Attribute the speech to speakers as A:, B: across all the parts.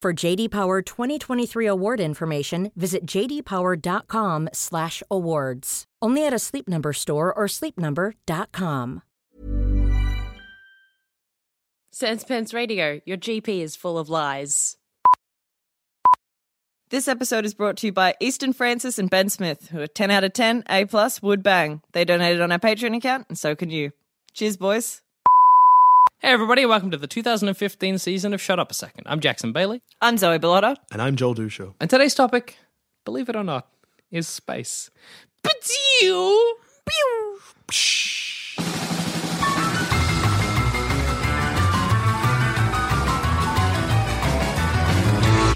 A: For JD Power 2023 award information, visit jdpower.com/awards. Only at a Sleep Number store or sleepnumber.com.
B: Senspence Radio, your GP is full of lies.
C: This episode is brought to you by Easton Francis and Ben Smith, who are 10 out of 10, A plus, wood bang. They donated on our Patreon account, and so can you. Cheers, boys.
D: Hey everybody, welcome to the 2015 season of Shut Up a Second. I'm Jackson Bailey,
C: I'm Zoe Bellotta.
E: And I'm Joel Dusha.
D: and today's topic, believe it or not, is space. But you,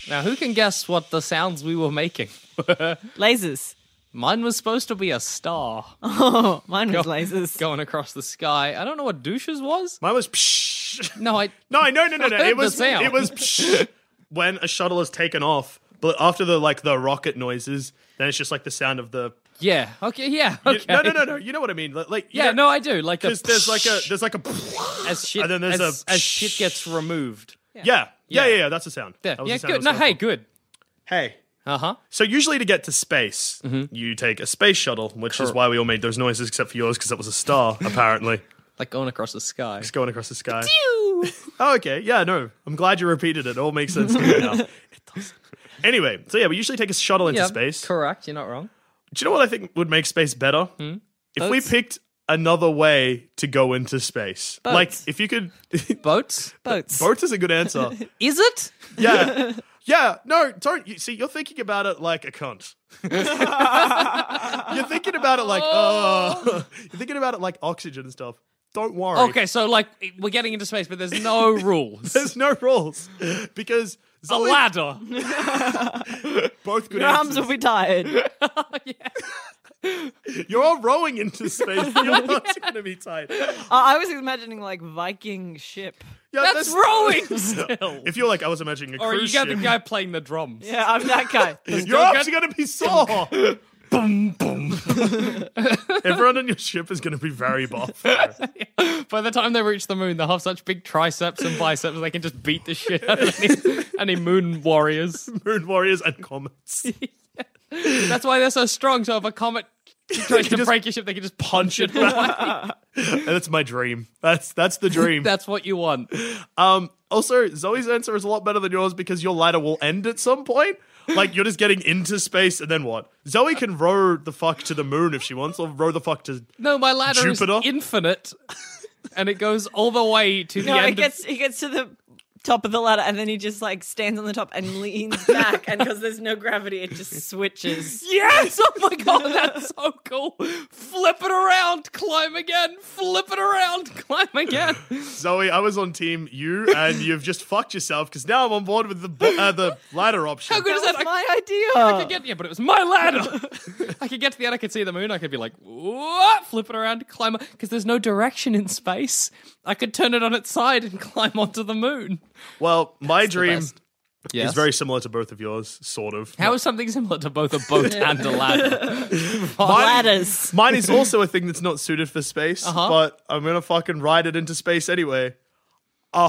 D: now who can guess what the sounds we were making? were?
C: Lasers.
D: Mine was supposed to be a star
C: Oh, mine was lasers.
D: going across the sky. I don't know what douches was.
E: Mine was psh.
D: No, I
E: No, no, no, no, no.
D: I heard
E: It was
D: the sound.
E: it was psh. when a shuttle is taken off, but after the like the rocket noises, then it's just like the sound of the
D: yeah. Okay, yeah.
E: you-
D: Okay.
E: No, no, no, no. You know what I mean? Like, like you
D: Yeah,
E: know-
D: no, I do. Like a
E: 'cause there's like a there's like a
D: as shit
E: and then there's
D: as,
E: a
D: as shit gets removed.
E: yeah. Yeah. Yeah,
D: Yeah.
E: yeah, that's the sound.
D: Yeah,
E: That was
D: yeah,
E: the sound
D: good.
E: I was
D: No,
E: going
D: hey, good.
E: for. Hey.
D: Uh huh.
E: So usually to get to space,
D: Mm-hmm.
E: you take a space shuttle, which is why we all made those noises except for yours because that was a star apparently.
D: Like going across the sky.
E: It's going across the sky. oh, okay. Yeah, no. I'm glad you repeated it. It all makes sense to me now. it does. Anyway, so yeah, we usually take a shuttle into
D: Yeah,
E: space.
D: Correct. You're not wrong.
E: Do you know what I think would make space better? If we
D: Boats?
E: picked another way to go into space. Like, if you could.
D: Boats.
C: Boats.
E: boats is a good answer.
D: Is it?
E: yeah. Yeah. No, don't. You, see, you're thinking about it like a cunt. you're thinking about it like, oh. you're thinking about it like oxygen and stuff. Don't worry.
D: Okay, so like we're getting into space, but there's no rules.
E: There's no rules because
D: a
E: Zoe-
D: ladder.
E: both good
C: Your arms
E: answers.
C: will be tired.
E: You're all rowing into space. Your arms are going to be tight. Yeah,
C: I I was imagining like Viking ship.
D: That's
E: this-
D: rowing still.
E: If you're like, I was imagining a
D: Or you
E: cruise
D: got the
E: ship.
D: guy playing the drums.
C: Yeah, I'm that guy.
E: your arms are going to be sore.
D: Boom, boom.
E: Everyone on your ship is going to be very buff.
D: By the time they reach the moon, they'll have such big triceps and biceps they can just beat the shit out of any, any moon warriors.
E: Moon warriors and comets.
D: That's why they're so strong. So if a comet tries to
E: just-
D: break your ship, they can just punch it. away.
E: And that's my dream. That's that's the dream.
D: That's what you want.
E: um. Also, Zoe's answer is a lot better than yours because your ladder will end at some point. Like you're just getting into space, and then what? Zoe can row the fuck to the moon if she wants, or row the fuck to
D: No, my ladder
E: Jupiter?
D: is infinite, and it goes all the way to the
C: No, he
D: end.
C: gets he gets to the top of the ladder and then he just like stands on the top and leans back and because there's no gravity it just switches.
D: of- yes! Oh my god, that's so cool! Flip it around, climb again. Flip it around, climb again.
E: Zoe, I was on team you, and you've just fucked yourself because now I'm on board with the bo- uh, the ladder option.
D: How good is
C: That
D: that?
C: was
D: I,
C: my
D: I
C: idea.
D: could get yeah, but it was my ladder. I could get to the end. I could see the moon. I could be like, what? Flip it around, climb because there's no direction in space. I could turn it on its side and climb onto the moon.
E: Well, my dream
D: best. Yes.
E: is very similar to both of yours, sort of.
D: How is something similar to both a boat and a ladder?
E: mine,
C: Ladders.
E: Mine is also a thing that's not suited for space,
D: Uh-huh.
E: but I'm gonna fucking ride it into space anyway. A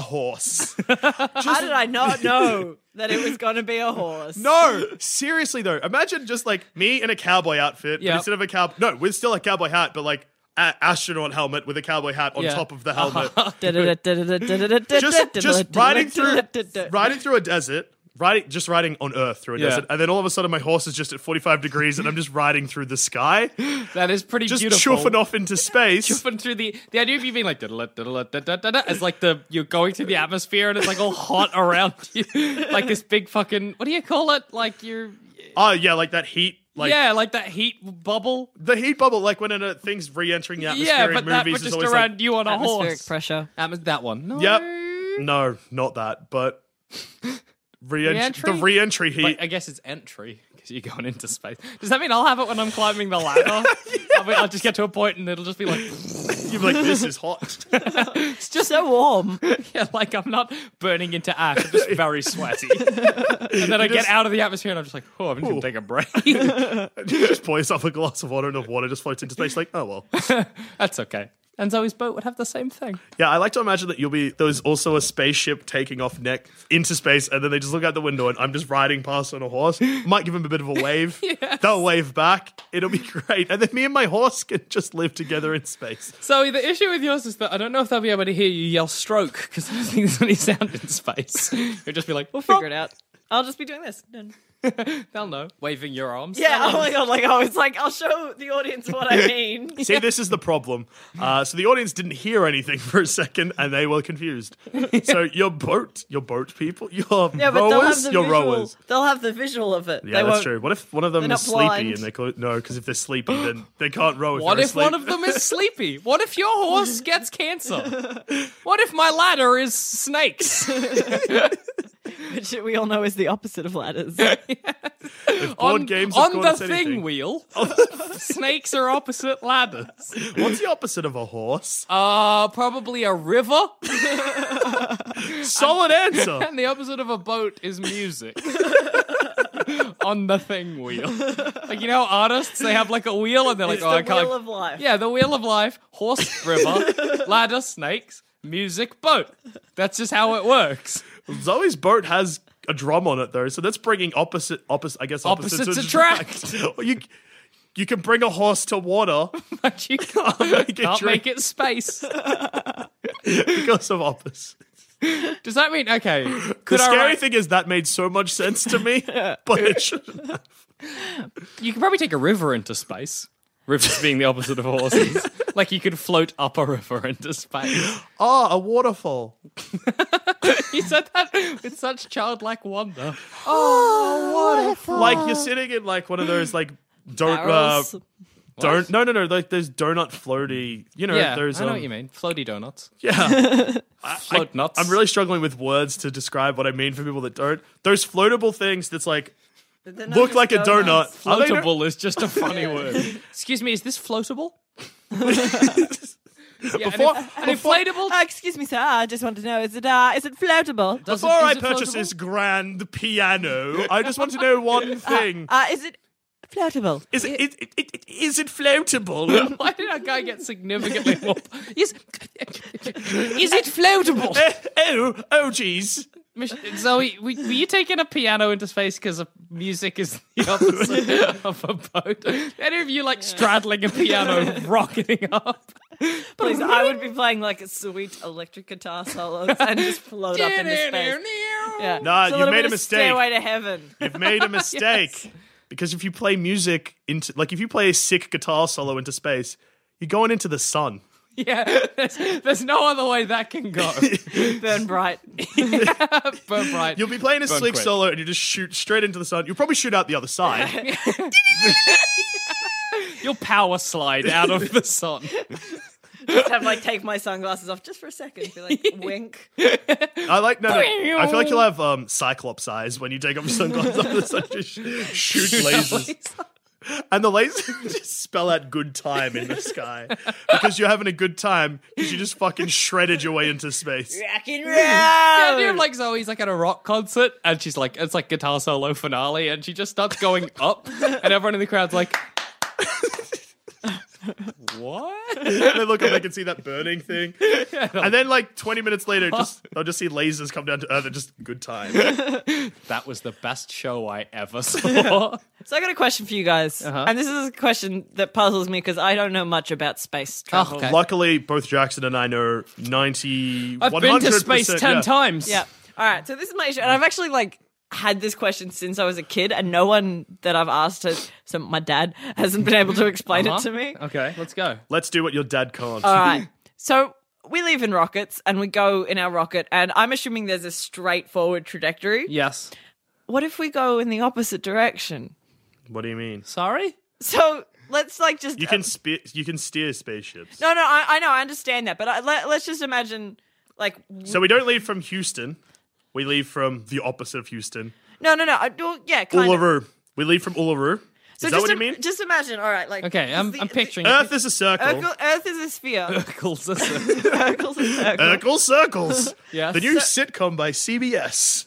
E: horse.
C: How did I not know that it was gonna be a horse?
E: no, seriously though. Imagine just like me in a cowboy outfit, but
D: Yeah.
E: instead of a cow, no, with still a cowboy hat, but like a astronaut helmet with a cowboy hat on
D: Yeah. Uh-huh.
E: top of the helmet.
C: just
E: just just riding through riding through a desert, riding just riding on Earth through a
D: Yeah.
E: desert, and then all of a sudden my horse is just at forty five degrees, and I'm just riding through the sky,
D: That is pretty
E: just
D: beautiful.
E: chuffing off into space.
D: Chuffing through the the idea of you being like da-da-da, da-da-da, da-da-da, as like the you're going through the atmosphere and it's like all hot around you, like this big fucking what do you call it? Like you're
E: Oh yeah, like that heat, like
D: yeah, like that heat bubble.
E: the heat bubble, like when uh, things re-entering the atmosphere
D: Yeah,
E: in
D: but that
E: movies
D: but
E: is
D: just
E: always
D: around
E: like,
D: you on a
C: Atmospheric
D: horse.
C: pressure.
D: Atmos- that one. No.
E: yep, no, not that, but re-entry,
D: Re-entry?
E: the re-entry heat.
D: But I guess it's entry because you're going into space. Does that mean I'll have it when I'm climbing the ladder? I'll, be, I'll just get to a point and it'll just be like,
E: You're like, this is hot.
C: It's just so warm.
D: yeah, like I'm not burning into ash. I'm just very sweaty. and then I get
E: just-
D: out of the atmosphere and I'm just like, oh, I'm just gonna take a break.
E: just pour yourself a glass of water, and the water just floats into space. Like, oh well.
D: That's okay. And Zoe's boat would have the same thing.
E: Yeah, I like to imagine that you'll be there's also a spaceship taking off neck into space, and then they just look out the window, and I'm just riding past on a horse. Might give him a bit of a wave. They'll wave back. It'll be great, and then me and my horse can just live together in space.
D: Zoe, the issue with yours is that I don't know if they'll be able to hear you yell stroke because I don't think there's any sound in space. You'll just be like,
C: We'll figure it out. I'll just be doing this.
D: They'll know. Waving your arms.
C: Yeah. Oh my god. Like I was like, I'll show the audience what I mean.
E: See, this is the problem. Uh, so the audience didn't hear anything for a second, and they were confused. So your boat, your boat people, your
C: Yeah, but they'll have
E: rowers,
C: the
E: your
C: visual.
E: rowers.
C: They'll have the visual of it.
E: Yeah,
C: they
E: that's
C: won't-
E: true. What if one of them
C: They're
E: is
C: not
E: sleepy
C: blind.
E: and they clo- no? Because if they're sleepy, then they can't row.
D: What
E: they're
D: if one
E: asleep.
D: of them is sleepy? What if your horse gets cancer? What if my ladder is snakes?
C: Which we all know is the opposite of ladders.
E: board
D: on
E: games have
D: on
E: taught
D: the
E: us
D: thing
E: anything.
D: wheel, snakes are opposite ladders.
E: What's the opposite of a horse?
D: Uh, probably a river,
E: Solid answer.
D: and the opposite of a boat is music. on the thing wheel, like you know, artists they have like a wheel, and they're like,
C: It's
D: oh,
C: the
D: I can't.
C: wheel of life.
D: Yeah, the wheel of life, horse, river, ladder, snakes, music, boat. That's just how it works.
E: Zoe's boat has a drum on it though, so that's bringing opposite opposite. I guess opposites,
D: Opposites
E: Well, you you can bring a horse to water
D: But you can't,
E: make it
D: can't
E: drink.
D: make it space.
E: because of opposites.
D: Does that mean okay?
E: The
D: Could I
E: scary
D: write,
E: thing is that made so much sense to me, but it should.
D: you could probably take a river into space. Rivers being the opposite of horses. like you could float up a river into space.
E: Ah, a waterfall.
D: You said that with such childlike wonder.
E: Like
D: Ah.
E: you're sitting in like one of those like don't uh,
C: Barrels.
E: don't no no no like those donut floaty. You know,
D: Yeah,
E: there's
D: I know
E: um,
D: what you mean. Floaty donuts.
E: Yeah.
D: Float nuts.
E: I'm really struggling with words to describe what I mean for people that don't. Those floatable things that's like
C: They're not
E: look
C: just
E: like a donut.
C: donuts.
E: Are they not-
D: floatable is just a funny word. Excuse me, is this floatable? yeah,
E: Before-
D: an, inf- an inflatable
C: Uh, excuse me, sir. I just wanted to know: is it uh, is it floatable?
D: Does it-
E: Before
D: is
E: I
D: it
E: purchase
D: floatable?
E: this grand piano, I just want to know one thing.
C: Uh, is it floatable?
D: uh,
E: Is it, it, it, it, it, is it floatable?
D: Why did our guy get significantly more? Is, is it floatable?
E: Eh, oh, oh, jeez.
D: Mich- Zoe, were, were you taking a piano into space because music is the opposite of a boat? Any of you like straddling a piano, rocketing up?
C: Please, I would be playing like a sweet electric guitar solos and just float up into space. Yeah.
E: Nah,
C: It's
E: you
C: little
E: made
C: bit
E: a
C: of
E: mistake.
C: Stairway to heaven.
E: You've made a mistake. Because if you play music into, like, if you play a sick guitar solo into space, you're going into the sun.
D: Yeah, there's, there's no other way that can go.
C: Burn bright.
D: Burn bright.
E: You'll be playing a
D: Burn
E: slick
D: quick.
E: solo and you just shoot straight into the sun. You'll probably shoot out the other side.
D: You'll power slide out of the sun.
C: Just have like take my sunglasses off just for a second. Be like wink.
E: I like no, no. I feel like you'll have um, cyclops eyes when you take off your sunglasses after the sun just sh- shoot lasers, and the lasers just spell out "good time" in the sky because you're having a good time because you just fucking shredded your way into space.
C: Fucking
D: The idea of like Zoe's like at a rock concert and she's like it's like guitar solo finale and she just starts going up and everyone in the crowd's like What?
E: And they look up, they can see that burning thing, and then like 20 minutes later, just they'll just see lasers come down to Earth and just "good time."
D: That was the best show I ever
C: Oh,
D: saw.
C: So I got a question for you guys,
E: Uh-huh.
C: and this is a question that puzzles me because I don't know much about space travel.
D: okay.
E: Luckily, both Jackson and I know 90.
D: I've been to space ten times.
C: Yeah. All right. So this is my issue, and I've actually like had this question since I was a kid, and no one that I've asked has, so my dad hasn't been able to explain
D: Huh?
C: it to me.
D: Uh-huh. Okay, let's go.
E: Let's do what your dad can't.
D: Uh,
C: All right. So we leave in rockets and we go in our rocket, and I'm assuming there's a straightforward trajectory.
D: Yes.
C: What if we go in the opposite direction?
E: what do you mean?
D: Sorry?
C: So let's like just uh,
E: You can
D: uh,
E: spe- you can steer spaceships.
C: No, no, I, I know, I understand that, but I, let, let's just imagine, like,
E: So we don't leave from Houston. We leave from the opposite of Houston.
C: no, no, no, I, well, yeah, kind of.
E: Uluru. We leave from Uluru.
C: So just
E: is that what you
C: im-
E: mean?
C: Just imagine, all right, like,
D: Okay, I'm,
C: the-
D: I'm picturing
E: Earth is a circle.
C: Urkel, Earth is a sphere.
D: Urkel's a
C: Urkel's a
D: Uh,
C: circle.
E: Urkel circles.
D: Yes.
E: The new sitcom by CBS.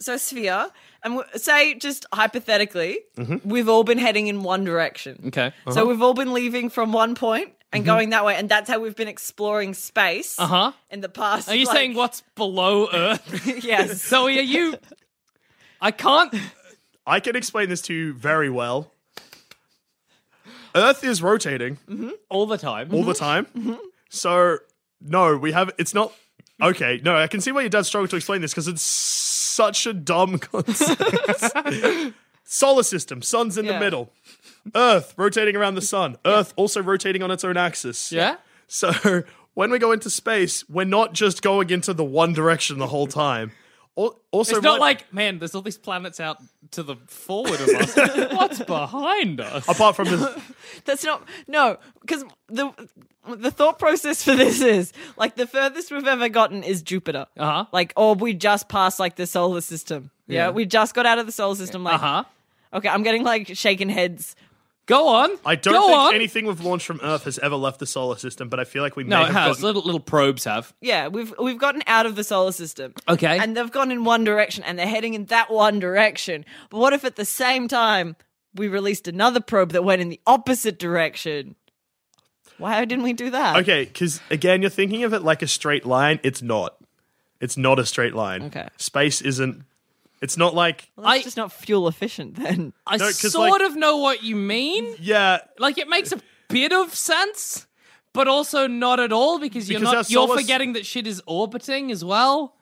C: So sphere, and w- say just hypothetically, we've all been heading in one direction.
D: Mm-hmm. Okay. Uh-huh. Mm-hmm.
C: So we've all been leaving from one point and going that way, and that's how we've been exploring space. Uh
D: Huh?
C: In the past,
D: Uh-huh. Are you
C: like-
D: saying what's below Earth?
C: yes?
D: Zoe, are you. I can't.
E: I can explain this to you very well. Earth is rotating
D: All the time.
E: all the time. So no, we have it's not okay, no, I can see why your dad struggled to explain this because it's such a dumb concept. Solar system, sun's in
C: Yeah.
E: the middle. Earth rotating around the sun. Earth also rotating on its own axis.
D: yeah?
E: So when we go into space, we're not just going into the one direction the whole time. Al- Also,
D: It's not
E: what-
D: like, man, there's all these planets out to the forward of us. What's behind us?
E: apart from the,
C: That's not no, because the the thought process for this is like the furthest we've ever gotten is Jupiter.
D: Uh-huh.
C: Like, or we just passed like the solar system. Yeah,
D: Yeah.
C: we just got out of the solar system. Like,
D: Uh huh.
C: okay, I'm getting like shaken heads.
D: Go on.
E: I don't
D: Go
E: think
D: on.
E: anything we've launched from Earth has ever left the solar system, but I feel like we
D: No,
E: may
D: it
E: have
D: has.
E: gotten-
D: Little, little probes have.
C: Yeah, we've we've gotten out of the solar system.
D: Okay.
C: And they've gone in one direction and they're heading in that one direction. But what if at the same time we released another probe that went in the opposite direction? Why didn't we do that?
E: Okay, because again, you're thinking of it like a straight line. It's not. It's not a straight line.
C: Okay.
E: Space isn't. It's not like
C: Well, that's
D: I-
C: just not fuel efficient then.
D: I
E: No, 'cause,
D: sort
E: like-
D: of know what you mean.
E: yeah.
D: Like it makes a bit of sense, but also not at all because you're
E: Because
D: not
E: our
D: you're
E: solar s-
D: forgetting that shit is orbiting as well.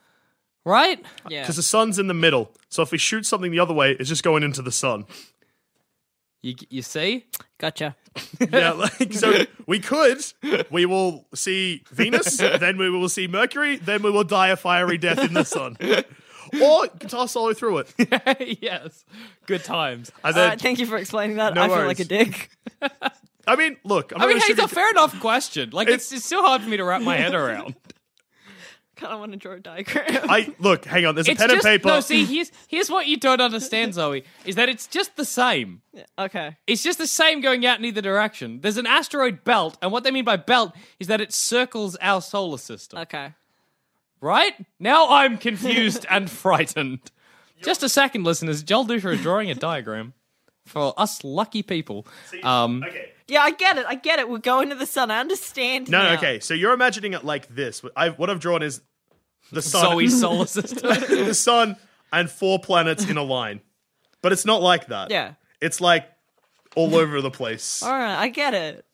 D: Right?
C: Yeah.
E: Because the sun's in the middle, so if we shoot something the other way, it's just going into the sun.
D: You you see?
C: Gotcha.
E: Yeah, like so we could. We will see Venus, then we will see Mercury, then we will die a fiery death in the sun, or guitar solo through it. And
D: yes. Good times.
E: then-
C: Alright, thank you for explaining that.
E: No
C: I feel
E: worries.
C: like a dick.
E: I mean, look, I'm
D: I
E: not
D: mean,
E: gonna
D: hey,
E: sugar-
D: it's a fair enough question. Like it's, it's still hard for me to wrap my head around.
C: kind of want to draw a diagram.
E: I look, hang on. There's a
D: It's
E: pen
D: just
E: and paper.
D: no. See, here's here's what you don't understand, Zoe, is that it's just the same.
C: okay.
D: It's just the same going out in either direction. There's an asteroid belt, and what they mean by belt is that it circles our solar system.
C: Okay.
D: Right? Now I'm confused and frightened. Just a second, listeners. Joel Dusher is drawing a diagram for us lucky people. Um,
E: okay.
C: Yeah, I get it. I get it. We're going to the sun. I understand.
E: No, no,
C: now.
E: okay. So you're imagining it like this. What I've, what I've drawn is the sun,
D: Zoe's solar system.
E: the sun, and four planets in a line. But it's not like that.
C: Yeah.
E: It's like all over the place.
C: All right. I get it.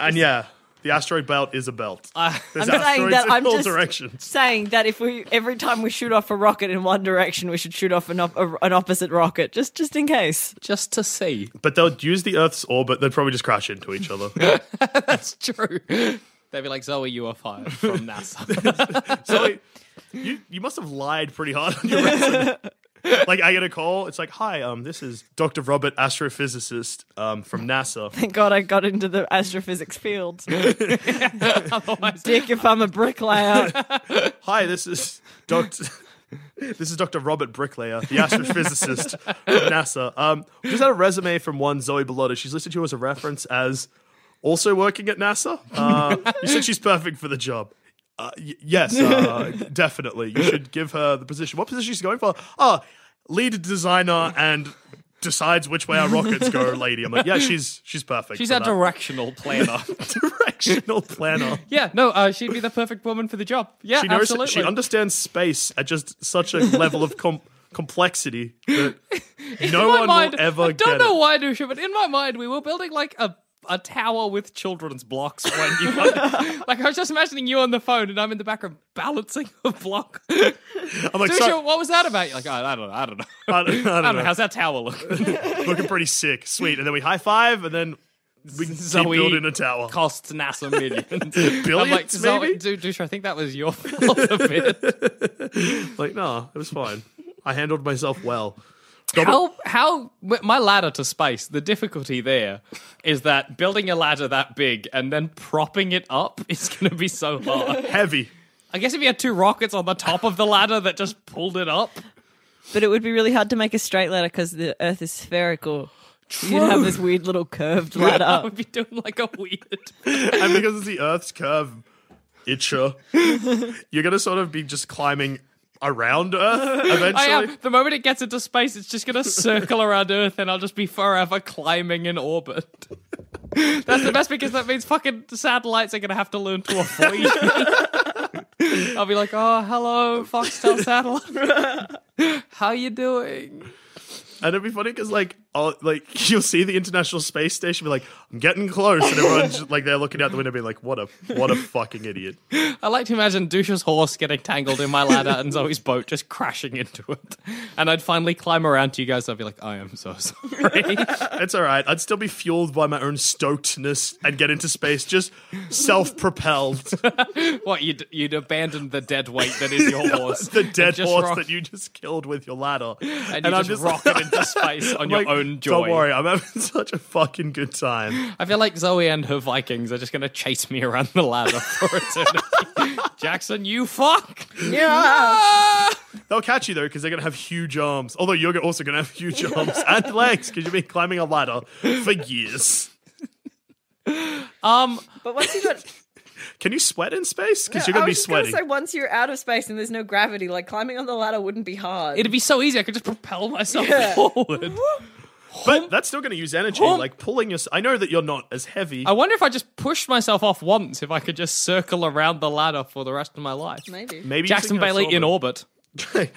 E: And yeah, the asteroid belt is a belt. There's
C: I'm saying
E: asteroids
C: that
E: in
C: I'm
E: all
C: just-
E: directions.
C: saying that if we every time we shoot off a rocket in one direction, we should shoot off an, op- a, an opposite rocket just just in case.
D: Just to see.
E: But they'll use the Earth's orbit. They'd probably just crash into each other.
D: That's true. They'd be like, Zoe, you are fired from NASA.
E: so like, you you must have lied pretty hard on your resume. like I get a call. It's like, hi, um, this is Dr. Robert, astrophysicist, um, from NASA.
C: Thank God I got into the astrophysics field.
D: Otherwise,
C: Dick, if I'm a bricklayer,
E: Hi, this is Doctor. this is Doctor Robert Bricklayer, the astrophysicist from NASA. Um, we just had a resume from one Zoe Bellotta. She's listed you as a reference as also working at NASA. Uh, you said she's perfect for the job. Uh, y- yes, uh, definitely. You should give her the position. What position she's going for? Oh, lead designer and decides which way our rockets go, lady. I'm like, yeah, she's she's perfect.
D: she's
E: for
D: our
E: that.
D: directional planner.
E: directional planner.
D: yeah, no, uh, she'd be the perfect woman for the job. Yeah,
E: she knows
D: absolutely.
E: she understands space at just such a level of com- complexity that no
D: in my
E: one
D: mind,
E: will ever
D: I don't
E: get
D: know
E: it.
D: why, Dusha, but in my mind, we were building like a a tower with children's blocks when you like I was just imagining you on the phone and I'm in the background balancing a block.
E: I'm like,
D: Dusha,
E: sorry,
D: what was that about? You're like, "Oh, I don't know, I don't know.
E: I don't- I don't know.
D: How's that tower look?
E: looking pretty sick, sweet. And then we high five, and then we keep
D: Zoe
E: building a tower.
D: Costs NASA millions. I'm like,
E: Billions,
D: Zoe,
E: maybe?
D: Du- Dusha, I think that was your fault a bit.
E: Like, nah, it was fine. I handled myself well.
D: How, how, with my ladder to space, the difficulty there is that building a ladder that big and then propping it up is going to be so hard.
E: Heavy.
D: I guess if you had two rockets on the top of the ladder that just pulled it up,
C: But it would be really hard to make a straight ladder because the Earth is spherical. You'd have this weird little curved
D: I
C: ladder.
D: would be doing like a weird.
E: and because it's the Earth's curve, itcher, you're gonna sort of be just climbing around Earth eventually.
D: I am. The moment it gets into space, it's just going to circle around Earth and I'll just be forever climbing in orbit. That's the best because that means fucking satellites are going to have to learn to avoid me. I'll be like, oh, hello, Foxtel satellite. How you doing?
E: And it'd be funny because like, I'll, like you'll see the International Space Station, be like, I'm getting close, and everyone's just, like they're looking out the window, being like, what a what a fucking idiot.
D: I like to imagine Dusha's horse getting tangled in my ladder and Zoe's boat just crashing into it. And I'd finally climb around to you guys. I'd be like, I am so sorry.
E: It's all right. I'd still be fueled by my own stokedness and get into space just self-propelled.
D: what, you'd, you'd abandoned the dead weight that is your horse.
E: the
D: and
E: dead
D: just
E: horse
D: rock-
E: that you just killed with your ladder,
D: and, you just, rocket into space on
E: I'm
D: your
E: like,
D: own joy.
E: Don't worry, I'm having such a fucking good time.
D: I feel like Zoe and her Vikings are just going to chase me around the ladder for eternity. Jackson, you fuck! Yeah!
E: They'll catch you though because they're gonna have huge arms. Although you're also gonna have huge arms and legs because you've been climbing a ladder for years.
D: Um,
C: But once you got,
E: Can you sweat in space? Because you're gonna be sweating.
C: once you're out of space and there's no gravity, like climbing on the ladder wouldn't be hard.
D: it'd be so easy. I could just propel myself
C: Yeah.
D: forward.
E: but that's still gonna use energy.
D: Hump.
E: Like pulling your. I know that you're not as heavy.
D: I wonder if I just pushed myself off once, if I could just circle around the ladder for the rest of my life.
C: Maybe
E: Maybe
D: Jackson Bailey in orbit.
E: orbit.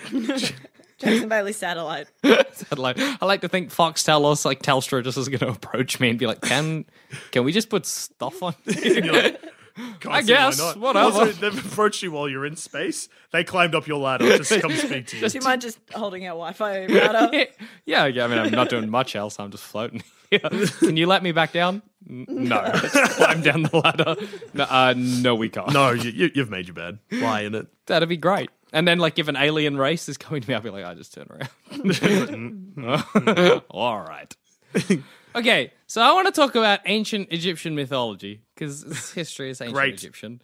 C: Jackson Bailey satellite.
D: I'd like, I like to think Foxtel or like Telstra just is going to approach me and be like, "Can, can we just put stuff on?" you?"
E: I
D: guess, whatever.
E: Also, they've approached you while you're in space. They climbed up your ladder just to come speak to you.
C: Do you mind just holding out Wi-Fi router?
D: yeah, yeah, I mean, I'm not doing much else. I'm just floating. Can you let me back down? N- No. Let's climb down the ladder. No, uh, no, we can't.
E: no, you, you, you've made your bed. Lie in it.
D: That'd be great. And then, like, if an alien race is coming to me, I'll be like, I just turn around. All right. Okay, so I want to talk about ancient Egyptian mythology because history is ancient
E: Great.
D: Egyptian.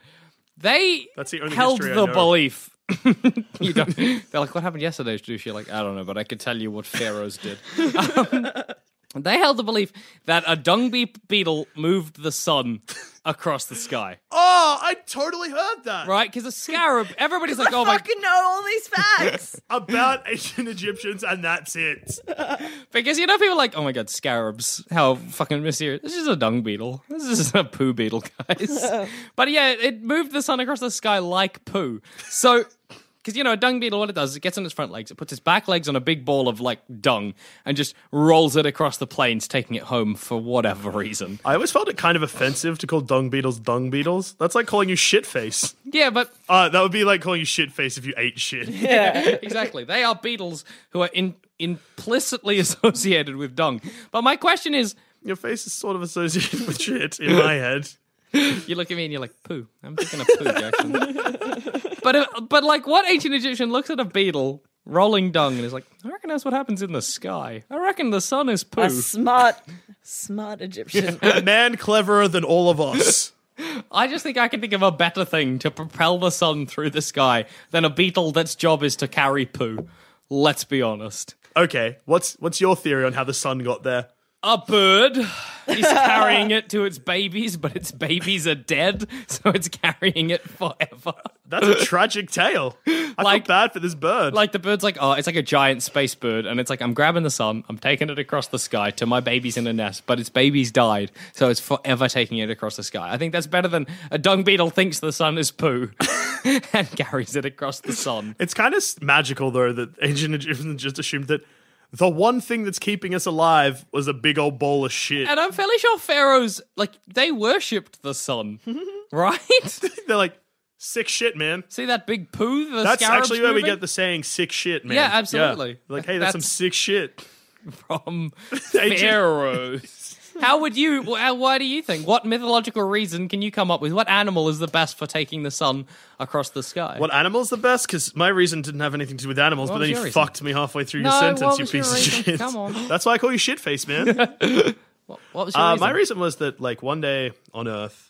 D: They
E: That's the only
D: held
E: history I
D: the
E: know.
D: belief. you don't, they're like, what happened yesterday, Dusha? You're like, I don't know, but I could tell you what pharaohs did. Um, they held the belief that a dung be- beetle moved the sun across the sky,
E: Oh, I totally heard that.
D: right? Because a scarab, everybody's like, oh
C: I
D: my
C: fucking know all these facts.
E: About ancient Egyptians, and that's it.
D: Because you know people are like, oh my god, scarabs, how fucking mysterious. This is a dung beetle. This is a poo beetle, guys. but yeah, it moved the sun across the sky like poo. So, because you know a dung beetle, what it does, is it gets on its front legs, it puts its back legs on a big ball of like dung, and just rolls it across the plains, taking it home for whatever reason.
E: I always found it kind of offensive to call dung beetles dung beetles. That's like calling you shitface.
D: Yeah, but
E: Uh, that would be like calling you shitface if you ate shit.
D: exactly. They are beetles who are in- implicitly associated with dung. But my question is,
E: Your face is sort of associated with shit in my head.
D: You look at me and you're like, poo. I'm thinking of poo, Jackson. but, if, but like, what ancient Egyptian looks at a beetle rolling dung and is like, I reckon that's what happens in the sky. I reckon the sun is poo.
C: A smart, smart Egyptian.
E: A man cleverer than all of us.
D: I just think I can think of a better thing to propel the sun through the sky than a beetle that's job is to carry poo. Let's be honest.
E: Okay, what's what's your theory on how the sun got there?
D: A bird is carrying it to its babies, but its babies are dead, so it's carrying it forever.
E: That's a tragic tale. I
D: Like-
E: feel bad for this bird.
D: like the bird's like oh it's like a giant space bird and it's like i'm grabbing the sun i'm taking it across the sky to my babies in a nest but its babies died so it's forever taking it across the sky i think that's better than a dung beetle thinks the sun is poo and carries it across the sun
E: It's kind of s- magical though that ancient Egyptians just assumed that the one thing that's keeping us alive was a big old bowl of shit.
D: And I'm fairly sure pharaohs, like, they worshipped the sun, right?
E: They're like, sick shit, man.
D: See that big poo? The
E: That's
D: scarab's
E: actually where we
D: moving?
E: get the saying sick shit, man.
D: Yeah, absolutely.
E: Like, hey, that's, some
D: That's-
E: sick shit.
D: from
E: They just-
D: pharaohs. How would you? wh- uh, Why do you think? What mythological reason can you come up with? What animal is the best for taking the sun across the sky?
E: What animal's the best? Because my reason didn't have anything to do with animals,
D: What
E: but
D: was
E: then you
D: your reason?
E: fucked me halfway through
D: No,
E: your sentence,
D: what
E: you
D: was your
E: piece
D: reason?
E: of shit.
D: Come on.
E: That's why I call you shitface, man.
D: What was your
E: uh,
D: reason?
E: my reason was that, like, one day on Earth,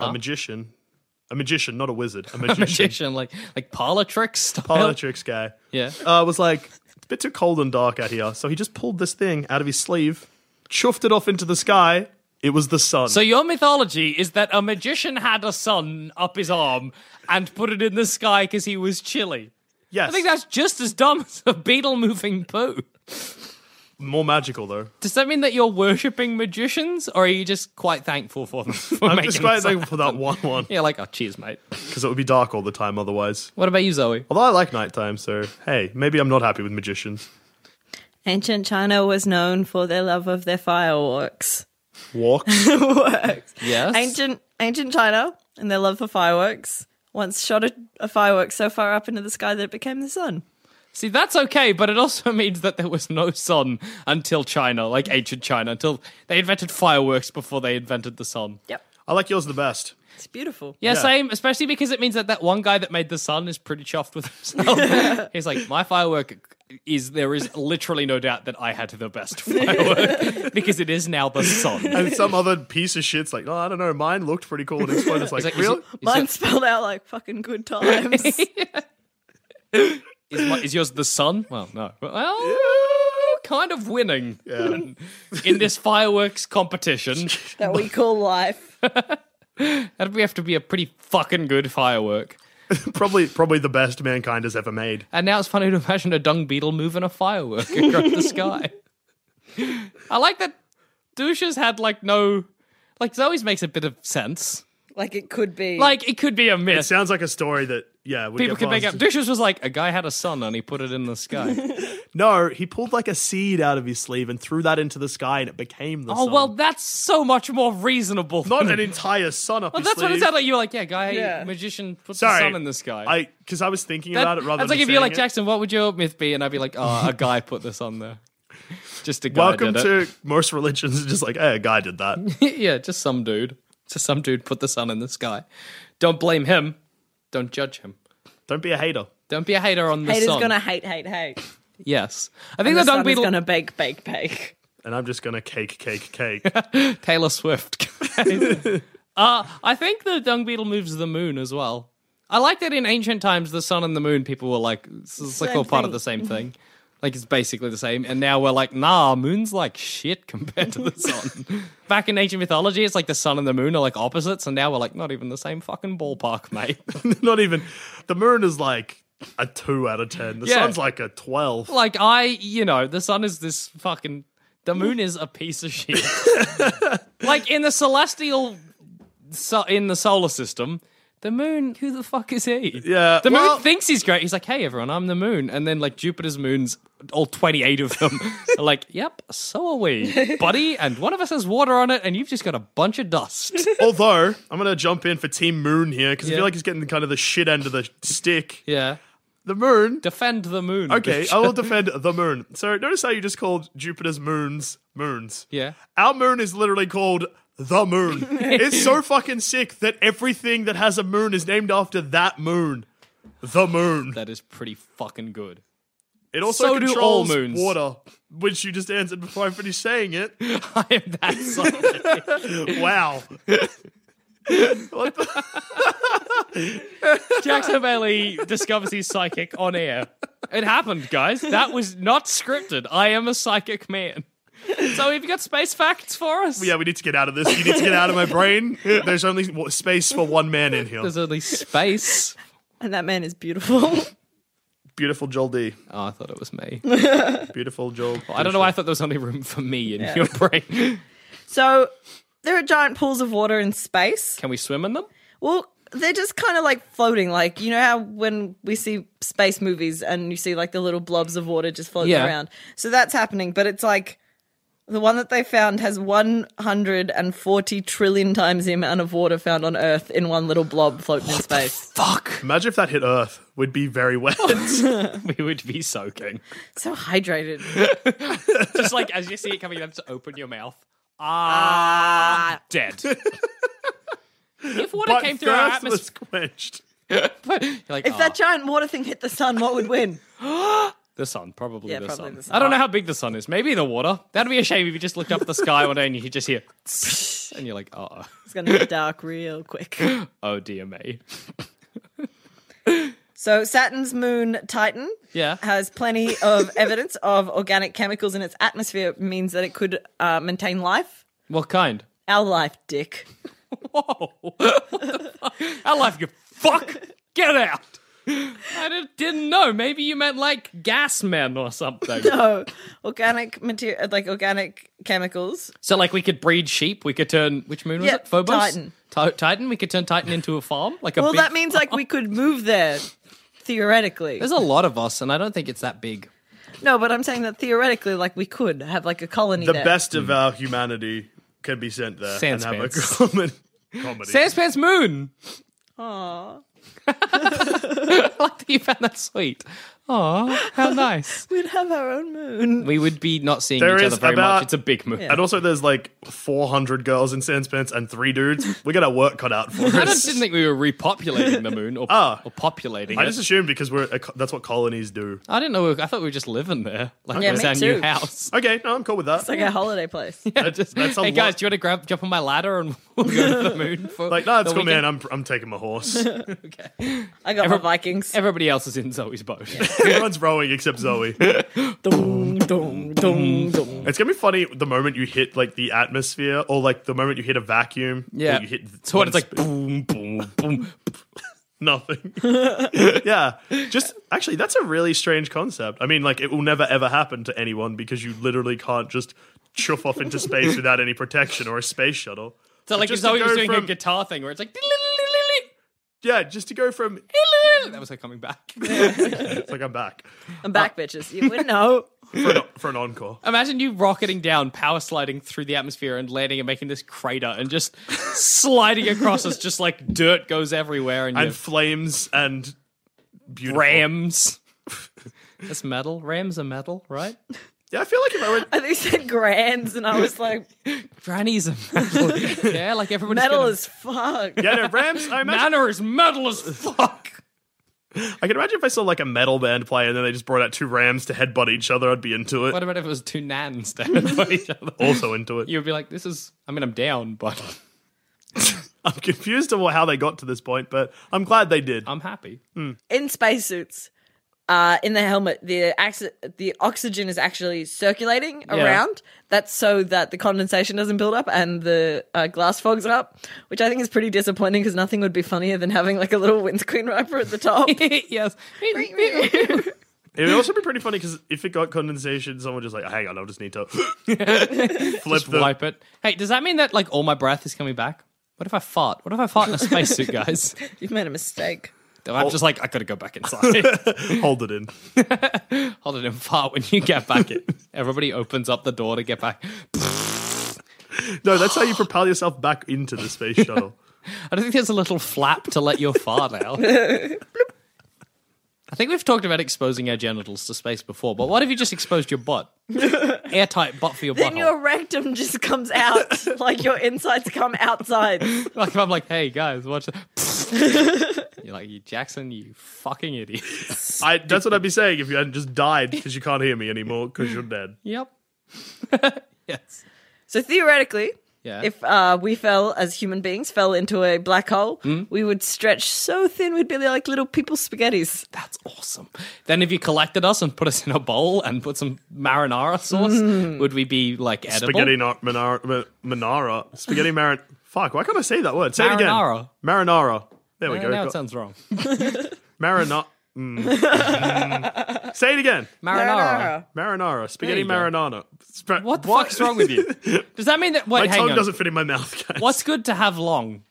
E: a magician, a magician, not a wizard, a
D: Uh-huh. A
E: magician,
D: magician, like like parlor tricks style.
E: parlor tricks guy,
D: Yeah.
E: uh, was like, it's a bit too cold and dark out here. So he just pulled this thing out of his sleeve, chuffed it off into the sky. It was the sun.
D: So your mythology is that a magician had a sun up his arm and put it in the sky because he was chilly.
E: yes,
D: I think that's just as dumb as a beetle moving poo.
E: more magical though.
D: Does that mean that you're worshipping magicians, or are you just quite thankful for them? For
E: I'm
D: making
E: just quite
D: this
E: thankful for that
D: happen?
E: one one
D: Yeah, like oh, cheers, mate.
E: because it would be dark all the time otherwise.
D: What about you, Zoe?
E: Although I like nighttime, so hey, maybe I'm not happy with magicians.
C: Ancient China was known for their love of their fireworks.
E: Walks.
C: Works.
D: Yes.
C: Ancient ancient China and their love for fireworks once shot a, a firework so far up into the sky that it became the sun.
D: See, that's okay, but it also means that there was no sun until China, like ancient China, until they invented fireworks before they invented the sun.
C: Yep.
E: I like yours the best.
C: It's beautiful.
D: Yeah, same, especially because it means that that one guy that made the sun is pretty chuffed with himself. He's like, my firework is, there is literally no doubt that I had the best firework because it is now the sun.
E: And some other piece of shit's like, oh, I don't know, mine looked pretty cool. And it's fun. It's like,
D: He's like, is
E: really?
D: it- is
C: Mine
D: it-
C: spelled out like fucking good times.
D: Is, my, is yours the sun? Well, no. Well, kind of winning in this fireworks competition.
C: that we call life.
D: That'd be- have to be a pretty fucking good firework.
E: probably, probably the best mankind has ever made.
D: And now it's funny to imagine a dung beetle moving a firework across the sky. I like that douches had like no. Like Zoe's makes a bit of sense.
C: Like it could be.
D: Like it could be a
E: It
D: myth.
E: sounds like a story that, yeah, would
D: People
E: get
D: could make up.
E: passed.
D: Douches was like a guy had a son and he put it in the sky.
E: No, he pulled like a seed out of his sleeve and threw that into the sky, and it became the
D: oh
E: sun.
D: well, that's so much more reasonable.
E: not an entire sun up
D: Well,
E: his
D: that's what it
E: sleeve.
D: sounded like. You were like, yeah, guy,
C: Yeah.
D: magician, put
E: Sorry,
D: the sun in the sky.
E: I because I was thinking
D: That-
E: about it rather.
D: that's
E: than
D: like if you're
E: saying
D: like
E: it.
D: Jackson, what would your myth be? And I'd be like, oh, a guy put this on there. Just a guy.
E: Welcome
D: did it.
E: to most religions. Just like, hey, a guy did that.
D: yeah, just some dude. Just some dude put the sun in the sky. Don't blame him. Don't judge him.
E: Don't be a hater.
D: Don't be a hater on the
C: Haters
D: sun.
C: gonna hate, hate, hate.
D: yes, I think
C: The
D: the dung
C: sun is
D: beetle.
C: gonna bake, bake, bake.
E: And I'm just gonna cake, cake, cake.
D: Taylor Swift. uh, I think the dung beetle moves the moon as well. I like that in ancient times, the sun and the moon, people were like, it's, it's like
C: Same
D: all part of
C: thing.
D: the same thing. Like it's basically the same. And now we're like, nah, moon's like shit compared to the sun. Back in ancient mythology, it's like the sun and the moon are like opposites. And now we're like, not even the same fucking ballpark, mate.
E: Not even the moon is like a two out of ten. The
D: Yeah.
E: sun's like a twelve.
D: like I, you know, the sun is this fucking The moon is a piece of shit. like in the celestial, so, in the solar system, the moon. Who the fuck is he?
E: Yeah,
D: the moon
E: well-
D: thinks he's great. He's like, hey everyone, I'm the moon, and then like Jupiter's moons, all 28 of them, are like, yep, so are we, buddy. And one of us has water on it, and you've just got a bunch of dust.
E: Although I'm gonna jump in for Team Moon here because I
D: Yeah.
E: feel like he's getting kind of the shit end of the stick.
D: yeah,
E: The Moon.
D: defend the moon.
E: Okay, oh-
D: bitch.
E: I will defend the Moon. So notice how you just called Jupiter's moons moons.
D: Yeah.
E: Our moon is literally called the moon. it's so fucking sick that everything that has a moon is named after that moon. The moon.
D: That is pretty fucking good.
E: It also
D: So do all
E: controls
D: moons.
E: water, which you just answered before I finished saying it.
D: I am that sorry.
E: Wow. what the?
D: Jackson Bailey discovers he's psychic on air. It happened, guys. That was not scripted. I am a psychic man. So have you got space facts for us?
E: Yeah, we need to get out of this. You need to get out of my brain. There's only w- space for one man in here.
D: There's only space.
C: And that man is beautiful.
E: Beautiful Joel D.
D: Oh, I thought it was me.
E: Beautiful Joel.
D: I don't know why I thought there was only room for me in your brain.
C: so there are giant pools of water in space.
D: Can we swim in them?
C: Well, they're just kind of like floating. Like, you know how when we see space movies and you see like the little blobs of water just floating
D: Yeah.
C: around. So that's happening, but it's like the one that they found has 140 trillion times the amount of water found on Earth in one little blob floating in space.
D: Fuck.
E: Imagine if that hit Earth. We'd be very wet.
D: We would be soaking.
C: So hydrated.
D: Just like as you see it coming, you have to open your mouth. Ah, dead. if water
E: but
D: came through our
E: thirst
D: atmosphere,
E: was quenched.
D: you're like,
C: If
D: "Ah."
C: that giant water thing hit the sun, what would win?
D: The sun, probably,
C: Yeah,
D: the,
C: probably
D: sun.
C: the sun.
D: I don't know how big the sun is. Maybe the water. That'd be a shame if you just looked up at the sky one day and you could just hear, and you're like, oh,
C: It's going to get dark real quick.
D: oh dear me.
C: So Saturn's moon Titan
D: Yeah.
C: has plenty of evidence of organic chemicals in its atmosphere It means that it could uh, maintain life.
D: What kind?
C: Our life, dick.
D: Whoa! what the fuck? I laugh. You fuck. Get out. I di- didn't know. Maybe you meant like gas men or something.
C: Oh, organic material, like organic chemicals.
D: So, like, we could breed sheep. We could turn which moon was
C: Yeah,
D: it? Phobos.
C: Titan.
D: Ti- Titan. We could turn Titan into a farm, like a.
C: Well,
D: big
C: that means like we could move there theoretically.
D: There's a lot of us, and I don't think it's that big.
C: No, but I'm saying that theoretically, like we could have like a colony
E: The
C: there.
E: best
D: Hmm.
E: of our humanity can be sent there
D: Sans
E: and have
D: pants.
E: a common comedy.
D: Sanspants Moon.
C: Aw.
D: I like that you found that sweet. Oh, how nice.
C: We'd have our own moon.
D: we would be not seeing
E: There
D: each
E: is
D: other very
E: about-
D: much. It's a big move.
E: and also, there's like 400 girls in sans pants and three dudes. We got our work cut out for us.
D: I just didn't think we were repopulating the moon or,
E: Ah.
D: or populating
E: I
D: it.
E: just assumed because we're a co- that's what colonies do.
D: I didn't know. We were, I thought we were just living there. Like
C: Yeah,
D: it was
C: me
D: our
C: too.
D: new house.
E: Okay, no, I'm cool with that.
C: It's like a holiday place.
E: That- that's a
D: hey guys,
E: lot-
D: do you want to grab jump on my ladder and we'll go to the moon? For
E: like, no, it's
D: the
E: cool, man.
D: weekend?
E: I'm I'm taking my horse.
C: I got my
D: Every-
C: Vikings.
D: Everybody else is in Zoe's boat.
E: Everyone's rowing except Zoe.
C: Dum, dum, dum, dum.
E: It's gonna be funny the moment you hit like the atmosphere, or like the moment you hit a vacuum. or
D: Yeah.
E: you hit
D: so what? It's
E: one
D: like
E: sp-
D: boom, boom, boom.
E: nothing. yeah, just actually, that's a really strange concept. I mean, like it will never ever happen to anyone because you literally can't just chuff off into space without any protection or a space shuttle.
D: So like if
E: just to
D: Zoe was
E: go
D: doing her
E: from-
D: guitar thing where it's like.
E: Yeah, just to go from
D: That was her coming back.
E: it's like I'm back
C: I'm back, bitches. You wouldn't know.
E: for an, for an encore.
D: Imagine you rocketing down, power sliding through the atmosphere and landing and making this crater and just sliding across us, just like dirt goes everywhere and,
E: and
D: you
E: flames and beautiful.
D: rams. That's metal. Rams are metal, right?
E: Yeah, I feel like if I went,
C: And they said grands, and I was like,
D: Grannies are metal. yeah, like everybody's
C: metal
D: gonna-
C: as fuck.
E: yeah, no, Rams. I imagine
D: manner is metal as fuck.
E: I can imagine if I saw like a metal band play and then they just brought out two Rams to headbutt each other. I'd be into it.
D: What about if it was two nans down by each other?
E: also into it.
D: You would be like, this is. I mean, I'm down, but
E: I'm confused about how they got to this point, but I'm glad they did.
D: I'm happy.
C: in spacesuits, uh, in the helmet, the oxy- the oxygen is actually circulating
D: Yeah.
C: around. That's so that the condensation doesn't build up and the uh, glass fogs up, which I think is pretty disappointing because nothing would be funnier than having like a little windscreen wiper at the top.
D: yes.
E: It would also be pretty funny because if it got condensation, someone just like, hang on, I'll just need to flip
D: Just
E: the.
D: wipe it. Hey, does that mean that like all my breath is coming back? What if I fart? What if I fart in a spacesuit, guys?
C: You've made a mistake.
D: I'm just like, I gotta go back inside.
E: Hold it in.
D: Hold it and fart when you get back in. Everybody opens up the door to get back.
E: No, that's how you propel yourself back into the space shuttle.
D: I don't think there's a little flap to let your fart out. I think we've talked about exposing our genitals to space before, but what if you just exposed your butt? Airtight butt for your
C: Then your
D: butthole.
C: rectum just comes out like your insides come outside.
D: Like if I'm like, hey guys, watch this. You're like, you Jackson, you fucking idiot.
E: I, that's what I'd be saying if you hadn't just died because you can't hear me anymore because you're dead.
D: Yep. yes.
C: So theoretically,
D: Yeah.
C: if uh, we fell as human beings, fell into a black hole,
D: Hmm?
C: we would stretch so thin we'd be like little people spaghettis.
D: That's awesome. Then if you collected us and put us in a bowl and put some marinara sauce, would we be like edible?
E: Mm. Spaghetti na- manara, ma- manara. Spaghetti marin. Fuck, why can't I say that word? Say it again.
D: Marinara.
E: Marinara. There we
D: Eh,
E: go.
D: now
E: Got-
D: it sounds wrong.
E: Marina- mm. Mm. Say it again.
D: Marinara.
E: Marinara. Spaghetti
D: There you go.
E: marinara. Sp-
D: What the fuck's wrong with you? Does that mean that? Wait,
E: My
D: hang
E: tongue
D: on.
E: doesn't fit in my mouth, guys.
D: What's good to have long?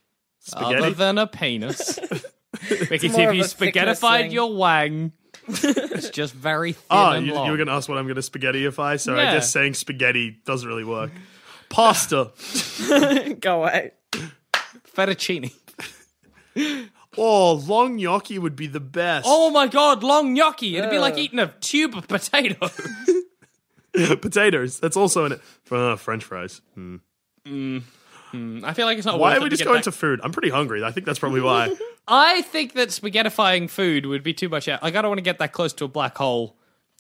D: Other
E: Spaghetti?
D: than a penis. because
C: more of
D: if you
C: a thickness
D: spaghettified
C: thing.
D: your wang, it's just very thin
E: Oh,
D: and
E: you,
D: long.
E: you were going to ask what I'm going to spaghettiify, so I
D: Yeah.
E: guess saying spaghetti doesn't really work. Pasta.
C: Go away.
D: Fettuccine.
E: oh, long gnocchi would be the best.
D: Oh my god, long gnocchi. It'd be like eating a tube of potato.
E: potatoes. That's also in it. Uh, French fries.
D: I feel like it's not
E: Why
D: worth
E: are
D: it to
E: we just
D: get
E: going
D: back-
E: to food? I'm pretty hungry. I think that's probably why.
D: I think that spaghettifying food would be too much. Out. Like, I don't want to get that close to a black hole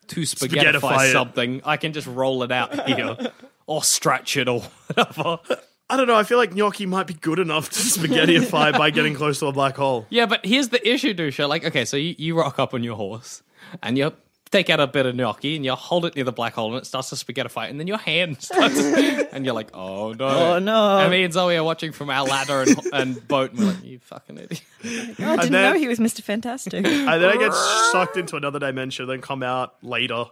D: to spaghettify,
E: Spaghettify it.
D: something. I can just roll it out here or stretch it or whatever.
E: I don't know. I feel like gnocchi might be good enough to spaghettiify by getting close to a black hole.
D: Yeah, but here's the issue, Dusha. Like, okay, so you, you rock up on your horse and you take out a bit of gnocchi and you hold it near the black hole and it starts to spaghettify and then your hand starts and you're like, oh no.
C: Oh, no.
D: And me and Zoe are watching from our ladder and, and boat and we're like, you fucking idiot.
C: Oh, I didn't know
E: then-
C: he was Mr. Fantastic.
E: And then I get sucked into another dimension, then come out later,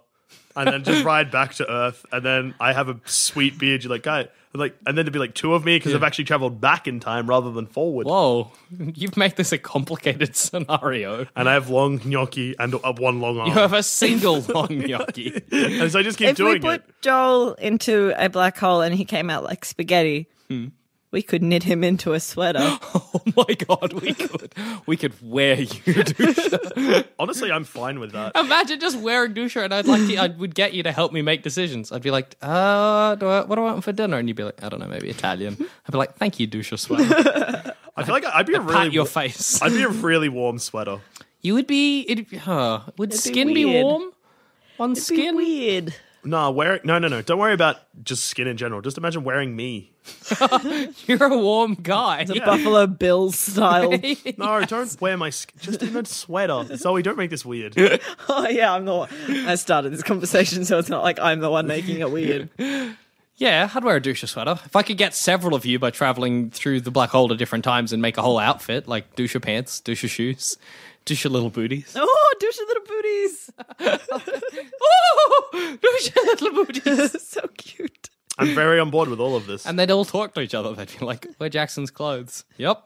E: and then just ride back to Earth. And then I have a sweet beard. You're like, guy, and like, and then to be like two of me because I've actually traveled back in time rather than forward.
D: Whoa, you've made this a complicated scenario.
E: And I have long gnocchi and uh, one long arm.
D: You have a single long gnocchi.
E: and so I just keep
C: if
E: doing
C: we put
E: it.
C: Joel into a black hole and he came out like spaghetti,
E: Hmm.
C: we could knit him into a sweater.
D: Oh my god, we could we could wear you, Dusha.
E: Honestly, I'm fine with that.
D: Imagine just wearing Dusha, and I'd like to, I would get you to help me make decisions. I'd be like, uh, do I, what do I want for dinner? And you'd be like, I don't know, maybe Italian. I'd be like, thank you, Dusha sweater.
E: I feel like I'd be a really
D: Pat your
E: wa-
D: face.
E: I'd be a really warm sweater.
D: You would be. It'd, be- huh, would
C: It'd be
D: skin be,
C: weird.
D: warm? On
C: Be
D: skin?
C: weird.
E: Nah, wear no, no, no. Don't worry about just skin in general. Just imagine wearing me.
D: You're a warm guy.
C: The Buffalo Bill style.
E: No, don't wear my skin. Just in a sweater. Zoe, don't make this weird.
C: oh yeah, I'm the one. I started this conversation, so it's not like I'm the one making it weird.
D: Yeah, I'd wear a Dusha sweater. If I could get several of you by traveling through the black hole at different times and make a whole outfit, like Dusha pants, Dusha shoes, Dusha little booties.
C: Oh, douche little booties.
D: Oh, Dusha little booties.
C: so cute.
E: I'm very on board with all of this.
D: And they'd all talk to each other. They'd be like, we're Jackson's clothes. Yep.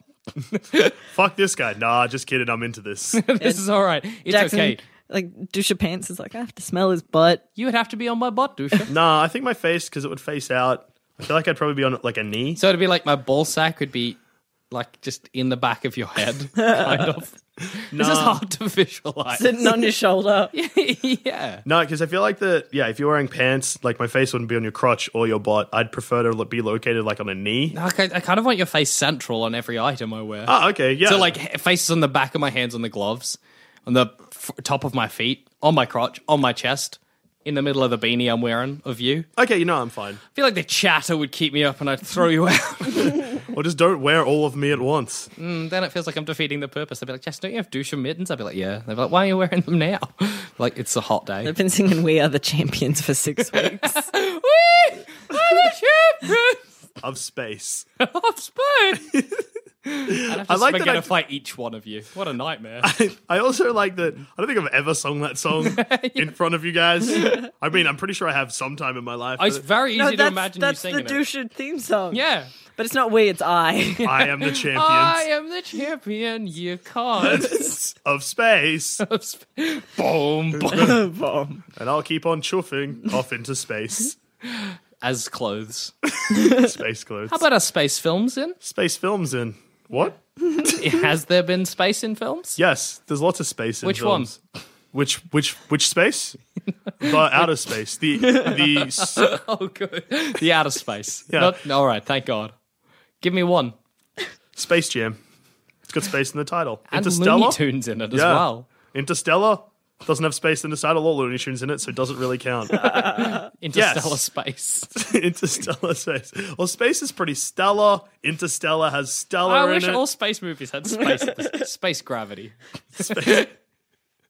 E: Fuck this guy. Nah, just kidding. I'm into this.
D: this is all right. It's
C: Jackson,
D: okay.
C: like douche pants is like I have to smell his butt.
D: You would have to be on my butt, Dusha.
E: nah, I think my face because it would face out. I feel like I'd probably be on like a knee.
D: so it'd be like my ball sack would be like just in the back of your head, kind of. This is hard to visualize.
C: Sitting on your shoulder.
D: yeah.
E: No, because I feel like the yeah. If you're wearing pants, like my face wouldn't be on your crotch or your butt. I'd prefer to lo- be located like on a knee.
D: No, I, I kind of want your face central on every item I wear.
E: Oh, okay, yeah.
D: So like he- faces on the back of my hands on the gloves, on the f- top of my feet, on my crotch, on my chest, in the middle of the beanie I'm wearing of you.
E: okay, you know, I'm fine.
D: I feel like the chatter would keep me up and I'd throw you out.
E: Or just don't wear all of me at once.
D: and then it feels like I'm defeating the purpose. I'd be like, Jess, don't you have douche and mittens? I'd be like, yeah. They'd be like, why are you wearing them now? like, it's a hot day.
C: I've been singing "We Are the Champions" for six weeks.
D: we are the champions
E: Of space.
D: of Spain. I'd have to
E: I like that I-
D: spaghettify each one of you. What a nightmare.
E: I also like that. I don't think I've ever sung that song in front of you guys. I mean, I'm pretty sure I have sometime in my life.
D: it's
E: but
D: very easy
C: No,
D: to
C: that's,
D: imagine
C: that's
D: you
C: the
D: singing it.
C: douchey theme song.
D: Yeah.
C: But it's not we, it's I.
E: I am the champion
D: I am the champion. You can't.
E: of space,
D: boom, boom.
E: and I'll keep on chuffing off into space.
D: As clothes.
E: Space clothes.
D: How about our space films in?
E: space films in what?
D: Has there been space in films?
E: Yes, there's lots of space in
D: Which
E: films.
D: ones?
E: Which which which space? but outer space. The the s-
D: Oh, good. The outer space.
E: Yeah.
D: Not, all right. Thank God. Give me one.
E: Space Jam. It's got space in the title.
D: And
E: Interstellar.
D: Looney Tunes in it as
E: Yeah.
D: well.
E: Interstellar doesn't have space in the title or Looney Tunes in it, so it doesn't really count.
D: Interstellar
E: Yes.
D: space.
E: interstellar space. Well, space is pretty stellar. Interstellar has stellar
D: I
E: in
D: wish
E: it.
D: all space movies had space space gravity.
E: Space-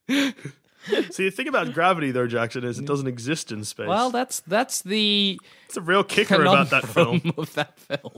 E: See, the thing about gravity, though, Jackson, is it doesn't exist in space.
D: Well, that's that's the
E: it's a real kicker
D: conundrum
E: about that film.
D: of that film.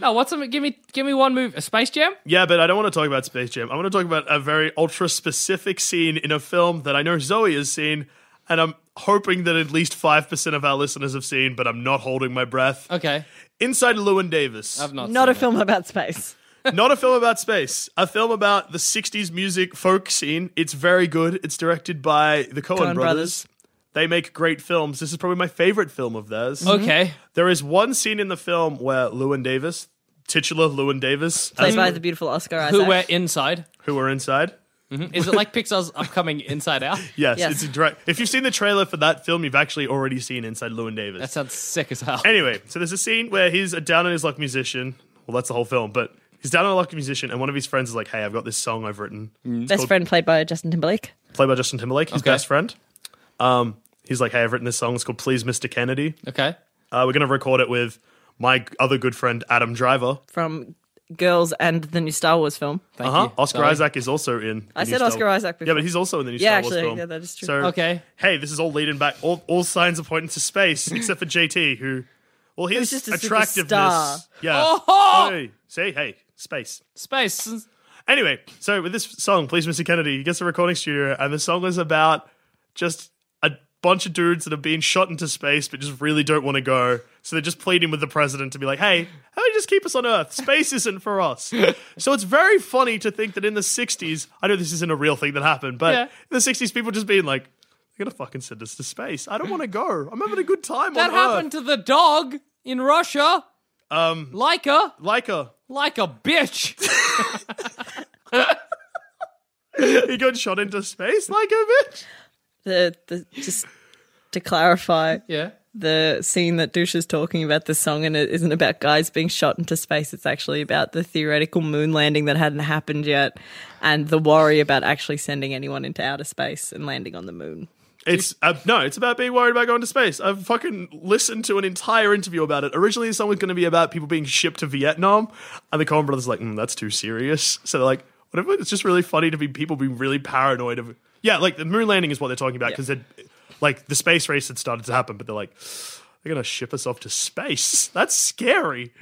D: No, what's a, give me give me one movie? A Space Jam?
E: Yeah, but I don't want to talk about Space Jam. I want to talk about a very ultra specific scene in a film that I know Zoe has seen, and I'm hoping that at least 5% of our listeners have seen, but I'm not holding my breath.
D: Okay,
E: Inside Llewyn Davis.
D: I've not
C: not
D: seen
C: a film about space.
E: Not a film about space. A film about the 60s music folk scene. It's very good. It's directed by the Coen,
C: Coen
E: brothers.
C: Brothers.
E: They make great films. This is probably my favorite film of theirs.
D: It. Okay,
E: There is one scene in the film where Lewin Davis, titular Lewin Davis,
C: Played
E: as-
C: by the beautiful Oscar Isaac.
D: Um, who we're inside?
E: who are inside.
D: Is it like Pixar's upcoming Inside Out?
E: Yes,
C: Yes.
E: it's a direct. If you've seen the trailer for that film, you've actually already seen Inside Lewin Davis.
D: That sounds sick as hell.
E: Anyway, so there's a scene where he's a down on his luck musician. Well, that's the whole film, but he's down on his luck musician, and one of his friends is like, "Hey, I've got this song I've written."
C: Best friend played by Justin Timberlake.
E: played by Justin Timberlake, his
D: Okay.
E: best friend. Um, he's like, "Hey, I've written this song. It's called Please, Mr. Kennedy.
D: Okay,
E: Uh, we're gonna record it with my other good friend Adam Driver.
C: from Girls and the new Star Wars film.
D: thank
E: Uh-huh.
D: you.
E: Oscar
D: Sorry.
E: Isaac is also in. the
C: I
E: new
C: said
E: Star-
C: Oscar Isaac
E: Yeah,
C: before.
E: but he's also in the new
C: Yeah,
E: Star Wars
C: actually,
E: film.
C: yeah, that is true.
E: So,
D: Okay.
E: hey, this is all leading back. All, all signs are pointing to space, except for JT, who, well, his
C: just a
E: attractiveness.
C: superstar.
E: Yeah.
D: Oh!
E: Hey, see, hey, space.
D: Space.
E: Anyway, so with this song, Please, Mr. Kennedy, he gets a recording studio, and the song is about just a bunch of dudes that have been shot into space but just really don't want to go. So they're just pleading with the president to be like, hey, how about you just keep us on Earth? Space isn't for us. so it's very funny to think that in the 60s, I know this isn't a real thing that happened, but
D: Yeah.
E: in the 60s, people just being like, they're going to fucking send us to space. I don't want to go. I'm having a good time
D: That
E: on
D: happened to the dog in Russia. Um, like a
E: Earth. Like a.
D: like a bitch.
E: He got shot into space like a bitch.
C: The, the just to clarify,
D: yeah.
C: the scene that Douche is talking about this song and it isn't about guys being shot into space. It's actually about the theoretical moon landing that hadn't happened yet, and the worry about actually sending anyone into outer space and landing on the moon.
E: It's uh, no, it's about being worried about going to space. I've fucking listened to an entire interview about it. Originally, the song was going to be about people being shipped to Vietnam, and the Coen Brothers are like, mm, that's too serious. So they're like, whatever. It's just really funny to be people being really paranoid of. Yeah, like the moon landing is what they're talking about because like the space race had started to happen, but they're like, they're gonna ship us off to space. That's scary.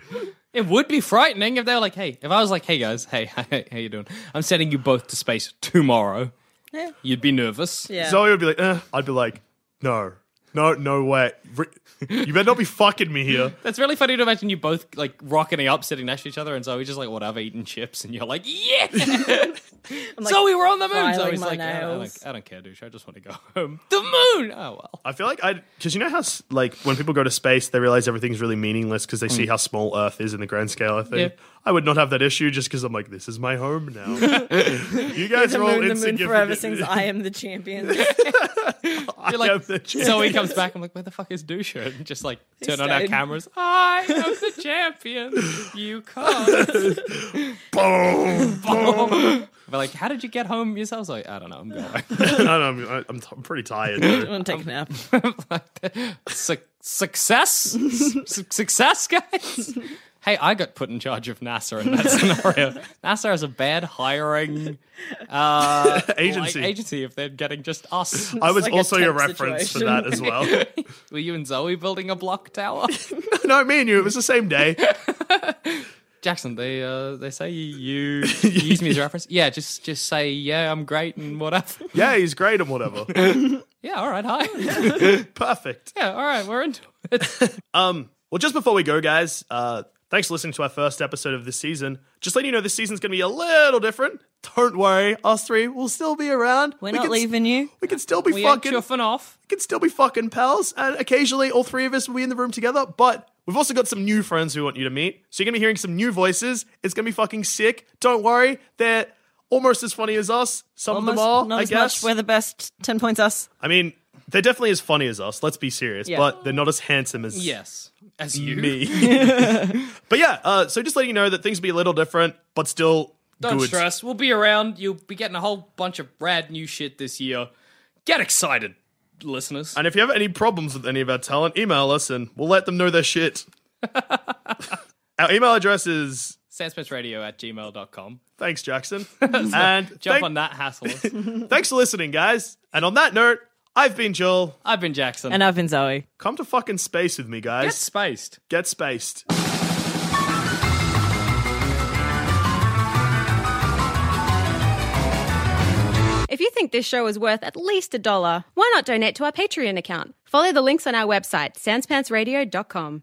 D: It would be frightening if they were like, "Hey," if I was like, "Hey guys, hey, how you doing? I'm sending you both to space tomorrow." You'd be nervous.
C: Yeah.
E: Zoe would be like, eh. I'd be like, no, no, no way. Re- you better not be fucking me here.
D: That's really funny to imagine you both like rocketing up, sitting next to each other, and Zoe just like whatever, eating chips, and you're like, "Yeah, Zoe, we're on the moon."
C: filing
D: Zoe's
C: my
D: like, I don't, I,
C: nails.
D: don't, "I don't care, douche. I just want to go home." The moon. Oh well.
E: I feel like I because you know how s- like when people go to space, they realize everything's really meaningless because they
C: Mm.
E: see how small Earth is in the grand scale of things.
D: Yeah.
E: I would not have that issue just because I'm like, this is my home now. you guys
C: The
E: are all
C: moon, the moon
E: insignificant.
C: forever sings "I am the champion."
E: I
D: You're like,
E: am the champion.
D: Zoe comes back. I'm like, "Where the fuck is douche?" And just like turn on our
C: stayed.
D: cameras. I am the champion. You can't.
E: Boom.
D: But like, how did you get home yourselves? Like, I don't know. I'm going.
E: I know, I'm, I- I'm, t- I'm pretty tired.
C: I'm gonna take a nap.
D: Su- success, Su- success, guys. Hey, I got put in charge of NASA in that scenario. NASA is a bad hiring uh,
E: Agency.
D: like, agency if they're getting just us.
E: I was
C: like a
E: also your
C: temp
E: reference
C: situation.
E: for that as well.
D: Were you and Zoe building a block tower?
E: no, me and you. It was the same day.
D: Jackson, they uh, they say you, you use me as a reference. Yeah, just just say yeah, I'm great and whatever.
E: Yeah, he's great and whatever.
D: Oh, Yeah, all right, hi.
E: Perfect.
D: yeah, all right, we're into it.
E: Well, just before we go, guys, uh, thanks for listening to our first episode of this season. Just letting you know this season's going to be a little different. Don't worry, us three will still be around.
C: We're
E: We
C: not
E: can s-
C: leaving you.
E: We can still be
D: We ain't
E: fucking.
D: chuffing off.
E: can still be fucking pals, and occasionally all three of us will be in the room together. But we've also got some new friends we want you to meet. So you're gonna be hearing some new voices. It's gonna be fucking sick. Don't worry, they're almost as funny as us. Some of them are,
C: not
E: I
C: as
E: guess.
C: much. We're the best. Ten points us.
E: I mean, they're definitely as funny as us. Let's be serious,
C: Yeah.
E: but they're not as handsome as
D: Yes, as you.
E: me. but yeah, uh, so just letting you know that things will be a little different, but still
D: Don't
E: good.
D: stress. We'll be around. You'll be getting a whole bunch of rad new shit this year. Get excited, listeners.
E: And if you have any problems with any of our talent, email us and we'll let them know their shit. our email address is
D: Sandsmithradio at gmail.com.
E: Thanks, Jackson. and
D: Jump
E: thank-
D: on that hassle.
E: thanks for listening, guys. And on that note, I've been Joel.
D: I've been Jackson.
C: And I've been Zoe.
E: Come to fucking space with me,
D: Get
E: guys.
D: spaced.
E: Get spaced.
B: If you think this show is worth at least a dollar, why not donate to our Patreon account? Follow the links on our website, sanspantsradio.com.